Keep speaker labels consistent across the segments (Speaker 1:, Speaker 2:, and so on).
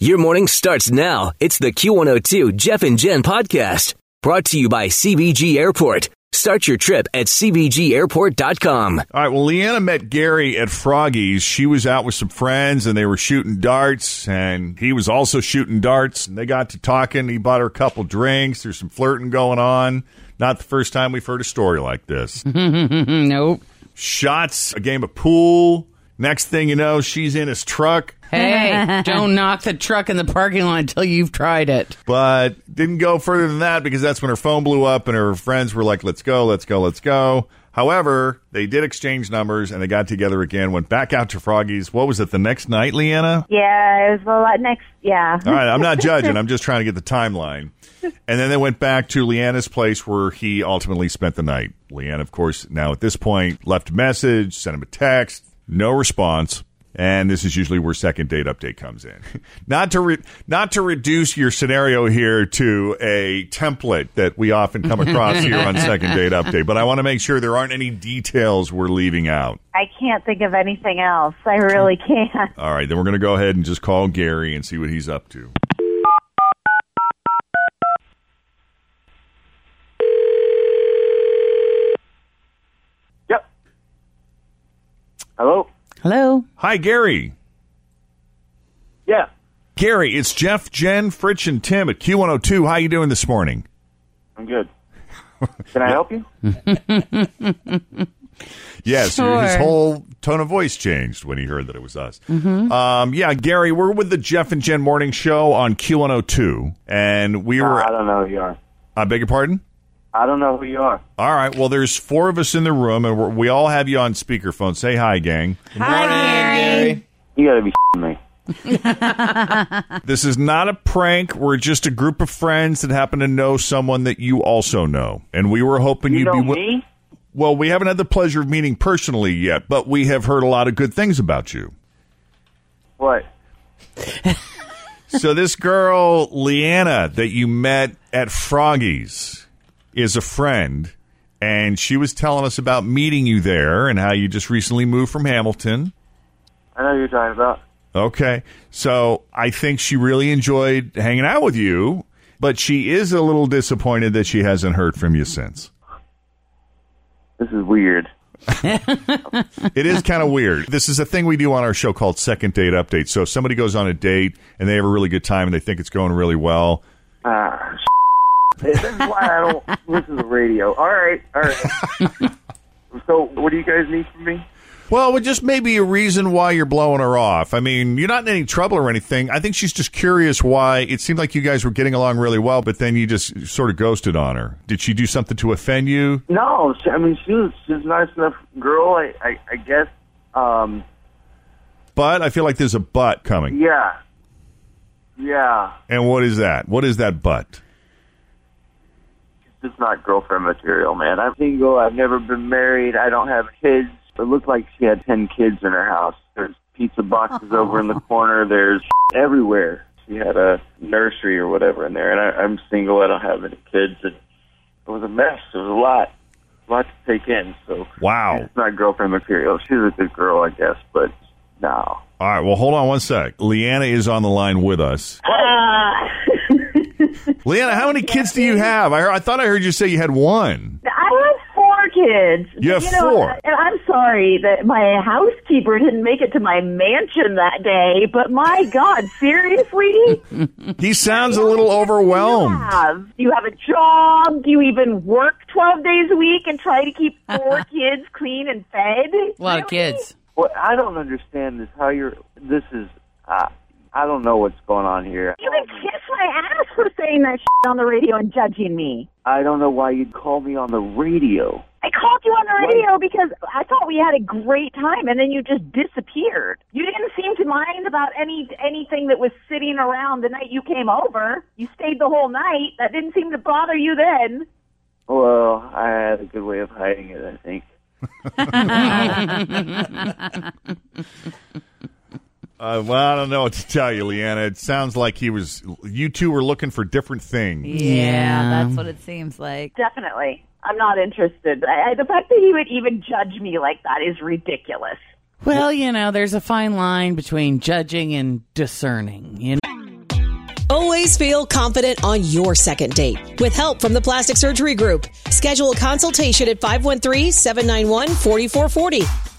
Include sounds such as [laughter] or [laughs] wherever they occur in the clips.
Speaker 1: Your morning starts now. It's the Q102 Jeff and Jen podcast brought to you by CBG Airport. Start your trip at CBGAirport.com.
Speaker 2: All right. Well, Leanna met Gary at Froggy's. She was out with some friends and they were shooting darts, and he was also shooting darts. And they got to talking. He bought her a couple drinks. There's some flirting going on. Not the first time we've heard a story like this.
Speaker 3: Nope.
Speaker 2: Shots, a game of pool. Next thing you know, she's in his truck,
Speaker 4: [laughs] Hey, don't knock the truck in the parking lot until you've tried it.
Speaker 2: but didn't go further than that because that's when her phone blew up and her friends were like, let's go, let's go, let's go. However, they did exchange numbers and they got together again, went back out to Froggy's. What was it, the next night, Leanna?
Speaker 5: Yeah, it was a lot next. Yeah.
Speaker 2: All right, I'm not judging. I'm just trying to get the timeline. And then they went back to Leanna's place where he ultimately spent the night. Leanna, of course, now at this point, left a message, sent him a text, no response. And this is usually where second date update comes in. [laughs] not to re- not to reduce your scenario here to a template that we often come across here on second date update, but I want to make sure there aren't any details we're leaving out.
Speaker 5: I can't think of anything else. I really
Speaker 2: Hmm.
Speaker 5: can't. [laughs]
Speaker 2: All right, then we're going to go ahead and just call Gary and see what he's up to.
Speaker 6: Yep. Hello?
Speaker 4: Hello?
Speaker 2: Hi, Gary.
Speaker 6: Yeah.
Speaker 2: Gary, it's Jeff, Jen, Fritch, and Tim at Q102. How you doing this morning? [laughs]
Speaker 6: I'm good. Can I help you?
Speaker 2: Yes, his
Speaker 4: Sure.
Speaker 2: whole tone of voice changed when he heard that it was us. Um, yeah, Gary, we're with the Jeff and Jen Morning Show on Q102, and we were.
Speaker 6: I don't know who you are.
Speaker 2: I beg your pardon.
Speaker 6: I don't know who you are.
Speaker 2: All right. Well, there's four of us in the room, and we're, we all have you on speakerphone. Say hi, gang.
Speaker 6: You gotta be me.
Speaker 2: This is not a prank. We're just a group of friends that happen to know someone that you also know, and we were hoping
Speaker 6: You
Speaker 2: you'd
Speaker 6: know
Speaker 2: be. wi-
Speaker 6: me?
Speaker 2: Well, we haven't had the pleasure of meeting personally yet, but we have heard a lot of good things about you.
Speaker 6: What?
Speaker 2: so this girl, Leanna, that you met at Froggy's is a friend, and she was telling us about meeting you there and how you just recently moved from Hamilton.
Speaker 6: I know who you're talking about.
Speaker 2: Okay. So I think she really enjoyed hanging out with you, but she is a little disappointed that she hasn't heard from you since.
Speaker 6: This is weird.
Speaker 2: It is kind of weird. This is a thing we do on our show called Second Date Update. So if somebody goes on a date and they have a really good time and they think it's going really well,
Speaker 6: Ah, This is why I
Speaker 2: [laughs]
Speaker 6: don't listen to the radio. All right, all right. so, what do you guys need from me?
Speaker 2: well, it just may be a reason why you're blowing her off. I mean, you're not in any trouble or anything. I think she's just curious why it seemed like you guys were getting along really well, but then you just sort of ghosted on her. Did she do something to offend you?
Speaker 6: No, she, I mean she was she's a nice enough girl. I I, I guess. Um,
Speaker 2: But I feel like there's a but coming.
Speaker 6: yeah, yeah.
Speaker 2: And what is that? What is that but?
Speaker 6: just not girlfriend material, man. I'm single. I've never been married. I don't have kids. It looked like she had 10 kids in her house. There's pizza boxes over in the corner. There's [laughs] everywhere. She had a nursery or whatever in there. And I, I'm single. I don't have any kids. And it was a mess. It was a lot. A lot to take in. So
Speaker 2: Wow.
Speaker 6: it's not girlfriend material. She's a good girl, I guess, but no.
Speaker 2: All right. Well, hold on one sec. Leanna is on the line with [laughs] us. Leanna, how many kids do you have? I, heard, I thought I heard you say you had one.
Speaker 5: I have four kids.
Speaker 2: You have
Speaker 5: But, know,
Speaker 2: four.
Speaker 5: And I'm sorry that my housekeeper didn't make it to my mansion that day, but my God,
Speaker 2: [laughs]
Speaker 5: seriously?
Speaker 2: He sounds a little overwhelmed.
Speaker 5: Have- Do you have a job? Do you even work 12 days a week and try to keep
Speaker 2: [laughs]
Speaker 5: four kids clean and fed?
Speaker 4: A lot of kids.
Speaker 6: What I don't understand is how you're. This is. Uh, I don't know what's going on here.
Speaker 5: You can kiss my ass for saying that shit on the radio and judging me.
Speaker 6: I don't know why you'd call me on the radio.
Speaker 5: I called you on the radio because I thought we had a great time, and then you just disappeared. You didn't seem to mind about any anything that was sitting around the night you came over. You stayed the whole night. That didn't seem to bother you then.
Speaker 6: Well, I had a good way of hiding it, I think.
Speaker 2: Uh, well, I don't know what to tell you, Leanna. It sounds like he was. You two were looking for different things.
Speaker 4: Yeah.
Speaker 7: that's what it seems like.
Speaker 5: Definitely, I'm not interested. I, I, the fact that he would even judge me like that is ridiculous.
Speaker 4: Well, you know, there's a fine line between judging and discerning. You know?
Speaker 8: Always feel confident on your second date. With help from the Plastic Surgery Group, schedule a consultation at 513-791-4440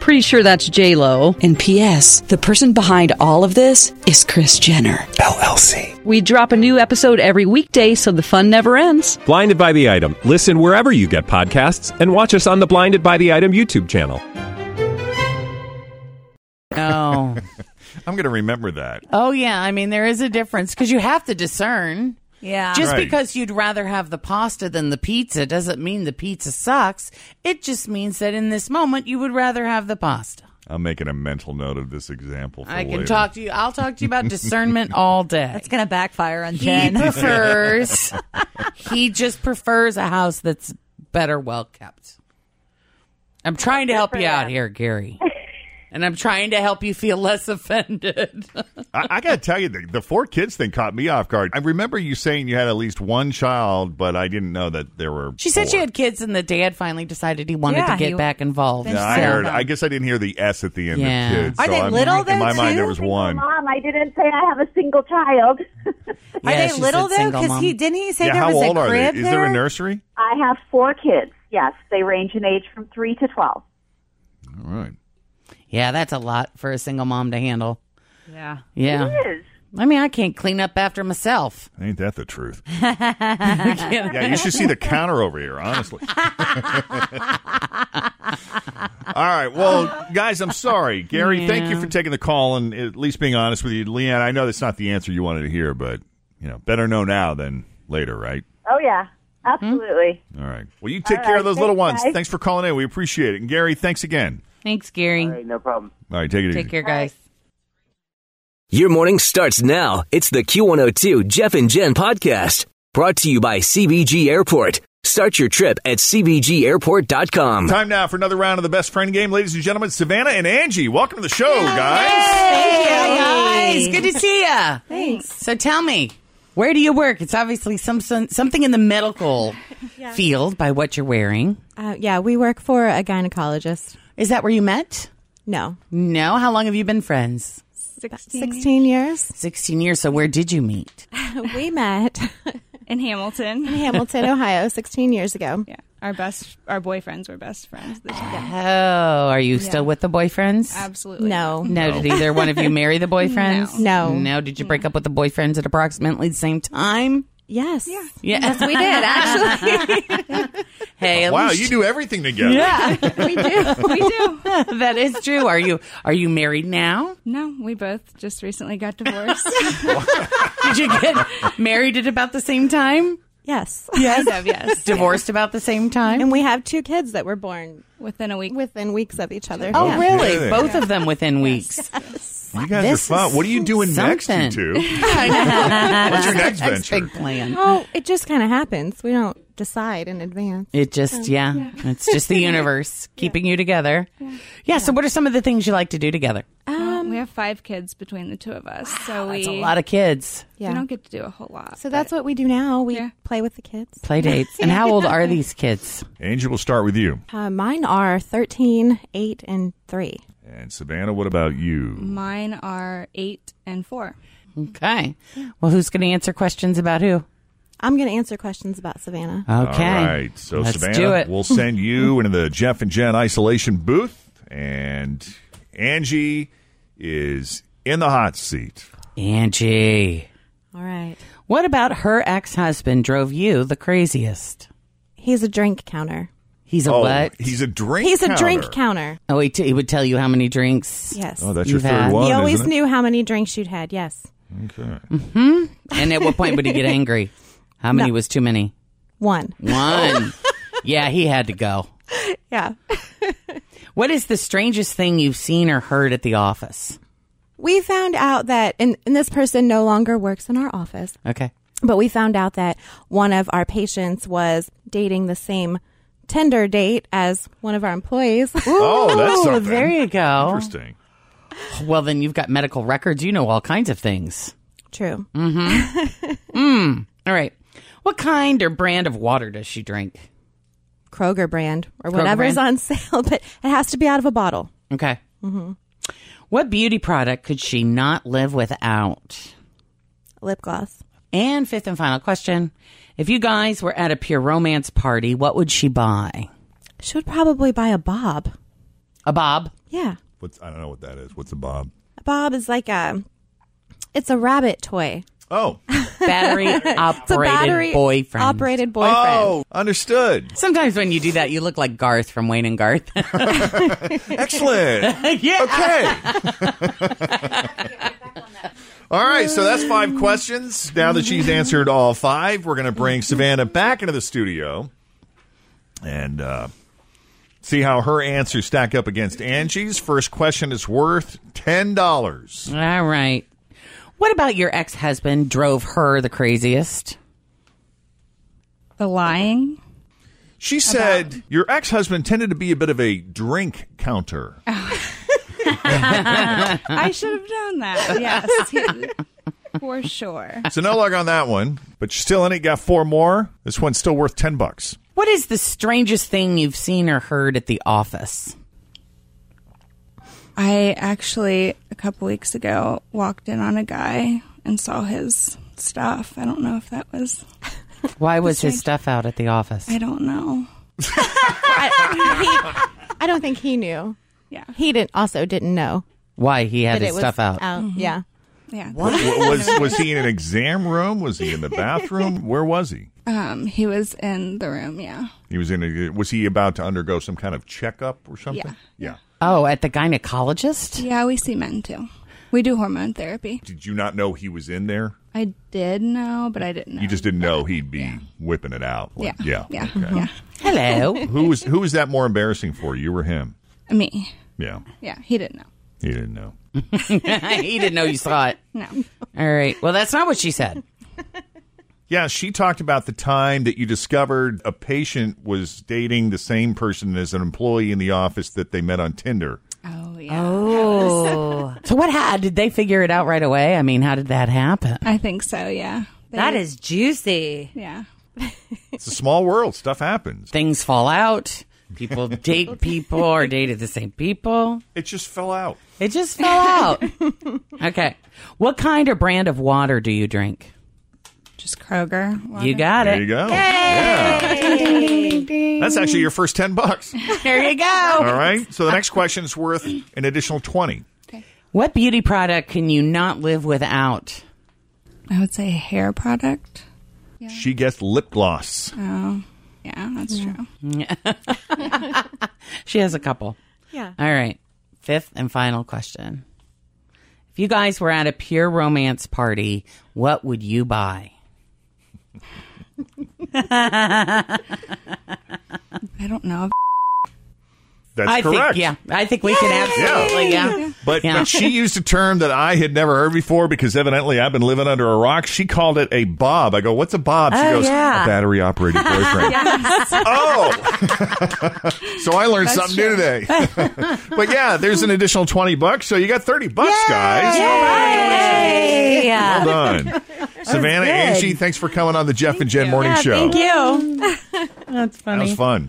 Speaker 9: Pretty sure that's J Lo.
Speaker 10: And P.S. The person behind all of this is Chris Jenner
Speaker 11: LLC.
Speaker 9: We drop a new episode every weekday, so the fun never ends.
Speaker 11: Blinded by the item. Listen wherever you get podcasts, and watch us on the Blinded by the Item YouTube channel.
Speaker 4: [laughs] Oh.
Speaker 2: I'm going to remember that.
Speaker 4: Oh, yeah. I mean, there is a difference because you have to discern.
Speaker 5: Ah.
Speaker 7: Yeah.
Speaker 4: Just
Speaker 2: Right.
Speaker 4: because you'd rather have the pasta than the pizza doesn't mean the pizza sucks. It just means that in this moment, you would rather have the pasta.
Speaker 2: I'm making a mental note of this example. For
Speaker 4: I can
Speaker 2: later.
Speaker 4: talk to you. I'll talk to you about [laughs] discernment all day.
Speaker 7: It's going to backfire on
Speaker 4: He
Speaker 7: Jen.
Speaker 4: [laughs] prefers. he just prefers a house that's better well kept. I'm trying to help you out here, Gary. And I'm trying to help you feel less offended.
Speaker 2: I, I got to tell you, the, the four kids thing caught me off guard. I remember you saying you had at least one child, but I didn't know that there were.
Speaker 4: She said she
Speaker 2: four.
Speaker 4: had kids, and the dad finally decided he wanted
Speaker 7: Yeah,
Speaker 4: to get
Speaker 7: he-
Speaker 4: back involved.
Speaker 7: Yeah,
Speaker 2: I
Speaker 4: So-
Speaker 2: heard. I guess I didn't hear the S at the end
Speaker 4: Yeah.
Speaker 2: of kids.
Speaker 7: Are
Speaker 2: so
Speaker 7: they
Speaker 2: I'm-
Speaker 7: little
Speaker 2: In
Speaker 7: then,
Speaker 2: my mind,
Speaker 7: too?
Speaker 2: there was one.
Speaker 5: Mom, I didn't say I have a single child.
Speaker 4: [laughs]
Speaker 7: Are
Speaker 4: Yeah,
Speaker 7: they
Speaker 4: she said
Speaker 7: little though?
Speaker 4: single
Speaker 7: Because
Speaker 4: mom.
Speaker 7: he didn't he say
Speaker 2: yeah,
Speaker 7: there
Speaker 2: how
Speaker 7: was
Speaker 2: old
Speaker 7: a
Speaker 2: are they?
Speaker 7: crib
Speaker 2: Is there a nursery?
Speaker 5: I have four kids. Yes, they range in age from three to twelve.
Speaker 2: All right.
Speaker 4: Yeah, that's a lot for a single mom to handle.
Speaker 7: Yeah.
Speaker 4: Yeah.
Speaker 5: It is.
Speaker 4: I mean, I can't clean up after myself.
Speaker 2: Ain't that
Speaker 7: [laughs]
Speaker 2: the truth? yeah, you should see the counter over
Speaker 7: [laughs]
Speaker 2: here, honestly. All right. Well, guys, I'm sorry. Gary, thank you for taking the call and at least being honest with you. Leanne, I know that's not the answer you wanted to hear, but, you know, better know now than later, right?
Speaker 5: Oh yeah, absolutely.
Speaker 7: Hmm?
Speaker 2: All right. Well, you take care of those little ones. Thanks for calling in. We appreciate it. And Gary, thanks again.
Speaker 9: Thanks, Gary.
Speaker 6: All right, no problem.
Speaker 2: All right, take it easy.
Speaker 9: Take care, guys.
Speaker 1: Your morning starts now. It's the Q102 Jeff and Jen podcast brought to you by CBG Airport. Start your trip at CBGAirport.com.
Speaker 2: [laughs] Time now for another round of the best friend game, ladies and gentlemen. Savannah and Angie, welcome to the show, guys.
Speaker 4: Hey, guys. Good to see ya. Thanks. So tell me, where do you work? It's obviously some, some something in the
Speaker 12: [laughs]
Speaker 4: medical field by what you're wearing.
Speaker 12: Uh, yeah, we work for a gynecologist.
Speaker 4: Is that where you met?
Speaker 12: No,
Speaker 4: No. How long have you been friends?
Speaker 12: 16 years.
Speaker 4: 16 years. So where did you meet?
Speaker 12: We met
Speaker 10: In Hamilton.
Speaker 12: in
Speaker 10: [laughs]
Speaker 12: Hamilton, Ohio, 16 years ago.
Speaker 10: Yeah. Our best, our boyfriends were best friends. This
Speaker 4: Oh, are you still with the boyfriends?
Speaker 10: Absolutely.
Speaker 12: No,
Speaker 4: No. Did either one of you marry
Speaker 12: [laughs]
Speaker 4: the boyfriends?
Speaker 12: No. No.
Speaker 4: No. Did you break up with the boyfriends at approximately the same time?
Speaker 12: yes, yeah.
Speaker 4: Yeah.
Speaker 7: We did actually.
Speaker 4: [laughs] hey, at
Speaker 2: Oh, Wow,
Speaker 4: least-
Speaker 2: you do everything together.
Speaker 10: We
Speaker 12: we do.
Speaker 10: do.
Speaker 4: [laughs] that is true. Are you are you married now?
Speaker 10: No, we both just recently got divorced.
Speaker 4: [laughs] Did you get married at about the same time?
Speaker 12: Yes,
Speaker 10: yes. Of, yes.
Speaker 4: Divorced about the same time?
Speaker 12: and we have two kids that were born
Speaker 10: Within a week.
Speaker 12: within weeks of each other.
Speaker 4: Oh,
Speaker 12: Yeah.
Speaker 4: really?
Speaker 2: Really?
Speaker 4: Both of them within weeks.
Speaker 2: You guys
Speaker 4: This
Speaker 2: are fun.
Speaker 4: is
Speaker 2: What are you doing
Speaker 4: [laughs]
Speaker 2: next,
Speaker 4: something.
Speaker 2: you two? [laughs] What's your
Speaker 4: [laughs]
Speaker 2: next
Speaker 4: That's
Speaker 2: venture?
Speaker 4: big plan.
Speaker 12: Oh, it just kind of happens. We don't decide in advance.
Speaker 4: It just, yeah, it's just
Speaker 10: [laughs]
Speaker 4: the universe keeping you together. Yeah. So, what are some of the things you like to do together?
Speaker 10: Um, we have five kids between the two of us. So we,
Speaker 4: That's a lot of kids
Speaker 10: we
Speaker 12: Yeah.
Speaker 10: don't get to do a whole lot.
Speaker 12: So that's what we do now. We
Speaker 10: Yeah.
Speaker 12: play with the kids.
Speaker 4: play dates. And how
Speaker 10: [laughs]
Speaker 4: old are these kids?
Speaker 2: Angel, we'll start with you.
Speaker 12: Uh, mine are 13, 8, and 3.
Speaker 2: And Savannah, what about you?
Speaker 10: Mine are eight and four.
Speaker 4: Okay. Well, who's going to answer questions about who?
Speaker 12: I'm going to answer questions about Savannah.
Speaker 2: All right. So,
Speaker 12: Let's
Speaker 2: Savannah,
Speaker 12: do it.
Speaker 2: we'll
Speaker 4: [laughs]
Speaker 2: send you into the Jeff and Jen isolation booth, and Angie is in the hot seat.
Speaker 4: Angie.
Speaker 12: All right.
Speaker 4: What about her ex husband drove you the craziest?
Speaker 12: He's a drink counter.
Speaker 4: He's a
Speaker 2: Oh,
Speaker 4: what?
Speaker 2: He's a drink.
Speaker 12: He's a drink counter.
Speaker 4: Oh, he, t- he would tell you how many drinks.
Speaker 12: Yes.
Speaker 2: Oh, that's your
Speaker 4: you've
Speaker 2: third
Speaker 4: had.
Speaker 2: one,
Speaker 12: He always
Speaker 2: isn't it?
Speaker 12: knew how many drinks you'd had. Yes.
Speaker 2: Okay.
Speaker 4: Hmm? And at what point would he
Speaker 12: [laughs]
Speaker 4: get angry? How many
Speaker 12: No.
Speaker 4: was too many?
Speaker 12: One. [laughs]
Speaker 4: One. yeah, he had to go.
Speaker 12: Yeah.
Speaker 4: What is the strangest thing you've seen or heard at the office?
Speaker 12: We found out that, and, and this person no longer works in our office,
Speaker 4: Okay.
Speaker 12: but we found out that one of our patients was dating the same Tinder date as one of our employees.
Speaker 2: Oh,
Speaker 12: [laughs]
Speaker 4: Ooh, There you go.
Speaker 2: Interesting.
Speaker 4: Well, then you've got medical records. You know all kinds of things.
Speaker 12: True.
Speaker 4: Mm-hmm. mm. All right. What kind or brand of water does she drink?
Speaker 12: Kroger brand or
Speaker 4: Kroger
Speaker 12: whatever's
Speaker 4: brand.
Speaker 12: on [laughs] sale, but it has to be out of a bottle.
Speaker 4: Okay. Mm-hmm.
Speaker 12: hmm
Speaker 4: What beauty product could she not live without?
Speaker 12: Lip gloss.
Speaker 4: And fifth and final question. If you guys were at a pure romance party, what would she buy?
Speaker 12: She would probably buy a bob.
Speaker 4: A bob?
Speaker 12: Yeah.
Speaker 2: What's I don't know what that is. What's a bob?
Speaker 12: A bob is like a, it's a rabbit toy.
Speaker 2: Oh,
Speaker 12: [laughs]
Speaker 4: Battery operated
Speaker 12: battery
Speaker 4: boyfriend.
Speaker 12: operated boyfriend.
Speaker 2: Oh,
Speaker 12: [laughs]
Speaker 2: understood.
Speaker 4: Sometimes when you do that, you look like Garth from Wayne and Garth. [laughs]
Speaker 2: Excellent.
Speaker 4: yeah.
Speaker 2: Okay. [laughs] All right, so that's five questions. Now that she's answered all five, we're going to bring Savannah back into the studio and uh, see how her answers stack up against Angie's. First question is worth ten dollars.
Speaker 4: All right. What about your ex husband drove her the craziest?
Speaker 7: The lying.
Speaker 2: She said your ex husband tended to be a bit of a drink counter.
Speaker 7: [laughs] I should have known that. Yes. he- [laughs] for sure.
Speaker 2: So no luck on that one, but you're still in it. Got four more. This one's still worth ten bucks.
Speaker 4: What is the strangest thing you've seen or heard at the office?
Speaker 13: I actually, a couple weeks ago, walked in on a guy and saw his stuff. I don't know if that was.
Speaker 4: Why was
Speaker 13: The
Speaker 4: his stuff out at the office?
Speaker 13: I don't know.
Speaker 12: I, he- I don't think he knew.
Speaker 13: Yeah.
Speaker 12: He didn't. Also, didn't know.
Speaker 4: Why he had
Speaker 12: that
Speaker 4: his
Speaker 12: it
Speaker 4: stuff
Speaker 12: was
Speaker 4: out?
Speaker 7: Mm-hmm.
Speaker 12: Yeah.
Speaker 13: Yeah.
Speaker 2: What? was was he in an exam room? Was he in the bathroom? Where was he?
Speaker 13: Um, he was in the room. Yeah.
Speaker 2: He was in. A, was he about to undergo some kind of checkup or something?
Speaker 13: Yeah.
Speaker 2: Yeah.
Speaker 4: Oh, at the gynecologist?
Speaker 13: Yeah, we see men too. We do hormone therapy.
Speaker 2: Did you not know he was in there?
Speaker 13: I did know, but I didn't know.
Speaker 2: You just didn't know he'd be whipping it out. Like,
Speaker 13: Yeah.
Speaker 2: Yeah.
Speaker 13: Yeah. Yeah.
Speaker 4: Hello. [laughs]
Speaker 2: who was who was that more embarrassing for? You or him?
Speaker 13: Me.
Speaker 2: Yeah.
Speaker 13: Yeah. He didn't know.
Speaker 2: He didn't know.
Speaker 4: he didn't know you saw it.
Speaker 13: No. [laughs]
Speaker 4: All right. Well, that's not what she said.
Speaker 2: Yeah, she talked about the time that you discovered a patient was dating the same person as an employee in the office that they met on Tinder.
Speaker 13: Oh yeah.
Speaker 4: Oh. [laughs] so what? How did they figure it out right away? I mean, how did that happen?
Speaker 13: I think so. Yeah.
Speaker 14: That is juicy.
Speaker 13: Yeah.
Speaker 2: It's a small world. Stuff happens.
Speaker 4: Things fall out. People date people or dated the same people.
Speaker 2: It just fell out.
Speaker 4: It just fell out. okay. What kind or brand of water do you drink?
Speaker 13: Just Kroger.
Speaker 4: You got
Speaker 2: There
Speaker 4: it.
Speaker 2: you go. Yeah. That's actually your first 10 bucks.
Speaker 4: There you go.
Speaker 2: All right. So the next question's worth an additional 20.
Speaker 4: What beauty product can you not live without?
Speaker 13: I would say hair product.
Speaker 2: She gets lip gloss.
Speaker 13: Oh. Yeah, that's true.
Speaker 4: she has a couple.
Speaker 13: Yeah.
Speaker 4: All right. Fifth and final question. If you guys were at a pure romance party, what would you buy?
Speaker 13: I don't know.
Speaker 2: That's
Speaker 4: I
Speaker 2: correct.
Speaker 4: Think, yeah. I think we can absolutely. Yeah.
Speaker 2: But,
Speaker 4: Yeah.
Speaker 2: but she used a term that I had never heard before because evidently I've been living under a rock. She called it a bob. I go, what's a bob? She
Speaker 14: Oh,
Speaker 2: goes,
Speaker 14: yeah.
Speaker 2: a battery
Speaker 14: [laughs]
Speaker 2: operated boyfriend. Oh. so I learned
Speaker 14: That's
Speaker 2: something new today. [laughs] but yeah, there's an additional 20 bucks. So you got 30 bucks, guys.
Speaker 14: Yay!
Speaker 2: Well done. Savannah,
Speaker 14: good.
Speaker 2: Angie, thanks for coming on the Jeff and Jen Morning Show.
Speaker 14: you.
Speaker 4: That's
Speaker 2: That was fun.